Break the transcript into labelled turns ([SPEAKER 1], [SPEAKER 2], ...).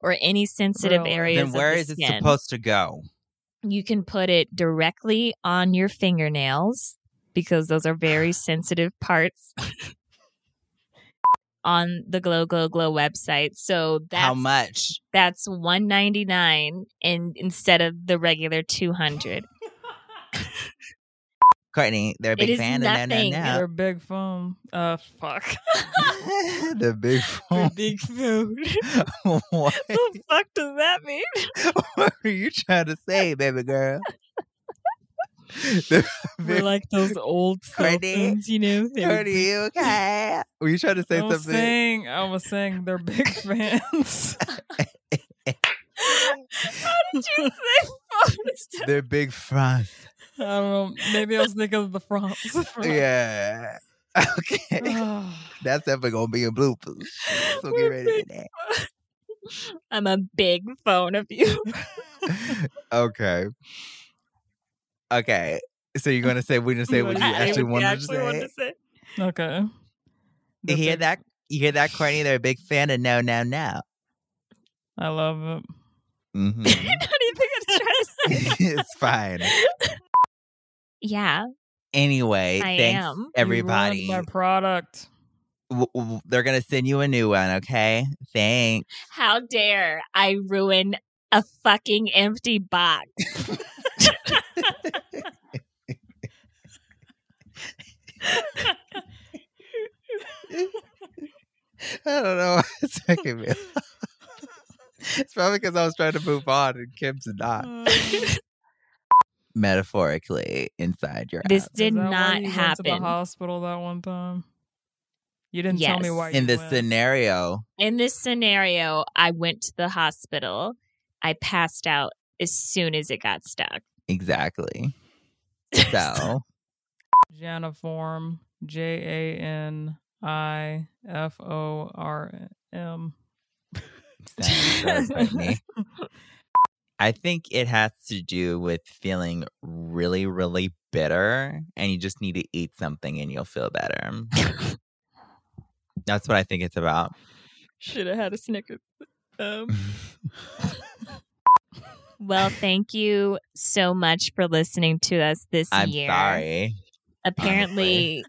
[SPEAKER 1] or any sensitive
[SPEAKER 2] Really?
[SPEAKER 1] areas.
[SPEAKER 3] Then where
[SPEAKER 1] of the
[SPEAKER 3] is it
[SPEAKER 1] skin.
[SPEAKER 3] supposed to go?
[SPEAKER 1] You can put it directly on your fingernails because those are very sensitive parts on the Glow Glow Glow website. So that's
[SPEAKER 3] How much?
[SPEAKER 1] that's 199 and instead of the regular 200.
[SPEAKER 3] Courtney, they're a
[SPEAKER 1] It
[SPEAKER 3] big
[SPEAKER 1] is
[SPEAKER 3] fan of
[SPEAKER 1] nothing.
[SPEAKER 3] that.
[SPEAKER 2] They're big foam. Uh, fuck.
[SPEAKER 3] the
[SPEAKER 2] They're
[SPEAKER 3] big phone.
[SPEAKER 2] big food.
[SPEAKER 3] what
[SPEAKER 1] the fuck does that mean?
[SPEAKER 3] what are you trying to say, baby girl? The
[SPEAKER 2] We're
[SPEAKER 3] big-
[SPEAKER 2] like those old cell
[SPEAKER 3] Courtney,
[SPEAKER 2] phones, you know. They were
[SPEAKER 3] Courtney,
[SPEAKER 2] big-
[SPEAKER 3] you okay? Were you trying to say
[SPEAKER 2] I was
[SPEAKER 3] something?
[SPEAKER 2] saying, I was saying they're big fans.
[SPEAKER 1] How did you say phones?
[SPEAKER 3] They're big fans.
[SPEAKER 2] I don't know. Maybe I was thinking of the France.
[SPEAKER 3] Yeah. Okay. That's definitely gonna be a bloopers. So get
[SPEAKER 1] We're
[SPEAKER 3] ready for that.
[SPEAKER 1] I'm a big phone of you.
[SPEAKER 3] Okay. Okay. So you're gonna say we didn't say what you
[SPEAKER 2] I
[SPEAKER 3] actually
[SPEAKER 1] what you
[SPEAKER 3] wanted
[SPEAKER 1] actually
[SPEAKER 3] to say.
[SPEAKER 1] wanted to say.
[SPEAKER 2] okay.
[SPEAKER 3] You
[SPEAKER 2] They're
[SPEAKER 3] hear
[SPEAKER 2] big-
[SPEAKER 3] that? You hear that, Courtney? They're a big fan of No No No.
[SPEAKER 2] I love it. Mm-hmm.
[SPEAKER 3] Mhm.
[SPEAKER 1] How do you think it's trying to say?
[SPEAKER 3] it's fine.
[SPEAKER 1] Yeah,
[SPEAKER 3] Anyway,
[SPEAKER 1] I am. You
[SPEAKER 3] thanks
[SPEAKER 1] ruined
[SPEAKER 2] You ruined
[SPEAKER 3] everybody.
[SPEAKER 2] my product.
[SPEAKER 3] W- w- they're gonna send you a new one. Okay. Thanks.
[SPEAKER 1] how dare I ruin a fucking empty box?
[SPEAKER 3] I don't know. why it's making me. it's probably because I was trying to move on and Kim's not. Mm. metaphorically inside your
[SPEAKER 1] This
[SPEAKER 3] house.
[SPEAKER 1] did
[SPEAKER 2] Is that why
[SPEAKER 1] not
[SPEAKER 2] you went to the
[SPEAKER 1] happen.
[SPEAKER 2] hospital that one time. You didn't tell me
[SPEAKER 1] Yes.
[SPEAKER 2] why.
[SPEAKER 3] in
[SPEAKER 2] you
[SPEAKER 3] this
[SPEAKER 2] went.
[SPEAKER 3] scenario.
[SPEAKER 1] In this scenario, I went to the hospital. I passed out as soon as it got stuck.
[SPEAKER 3] Exactly. So
[SPEAKER 2] Janiform. J A N I F O R M.
[SPEAKER 3] sounds so Courtney. I think it has to do with feeling really, really bitter, and you just need to eat something and you'll feel better. That's what I think it's about.
[SPEAKER 2] Should have had a Snickers. Um.
[SPEAKER 1] Well, thank you so much for listening to us this
[SPEAKER 3] I'm
[SPEAKER 1] year.
[SPEAKER 3] sorry.
[SPEAKER 1] Apparently,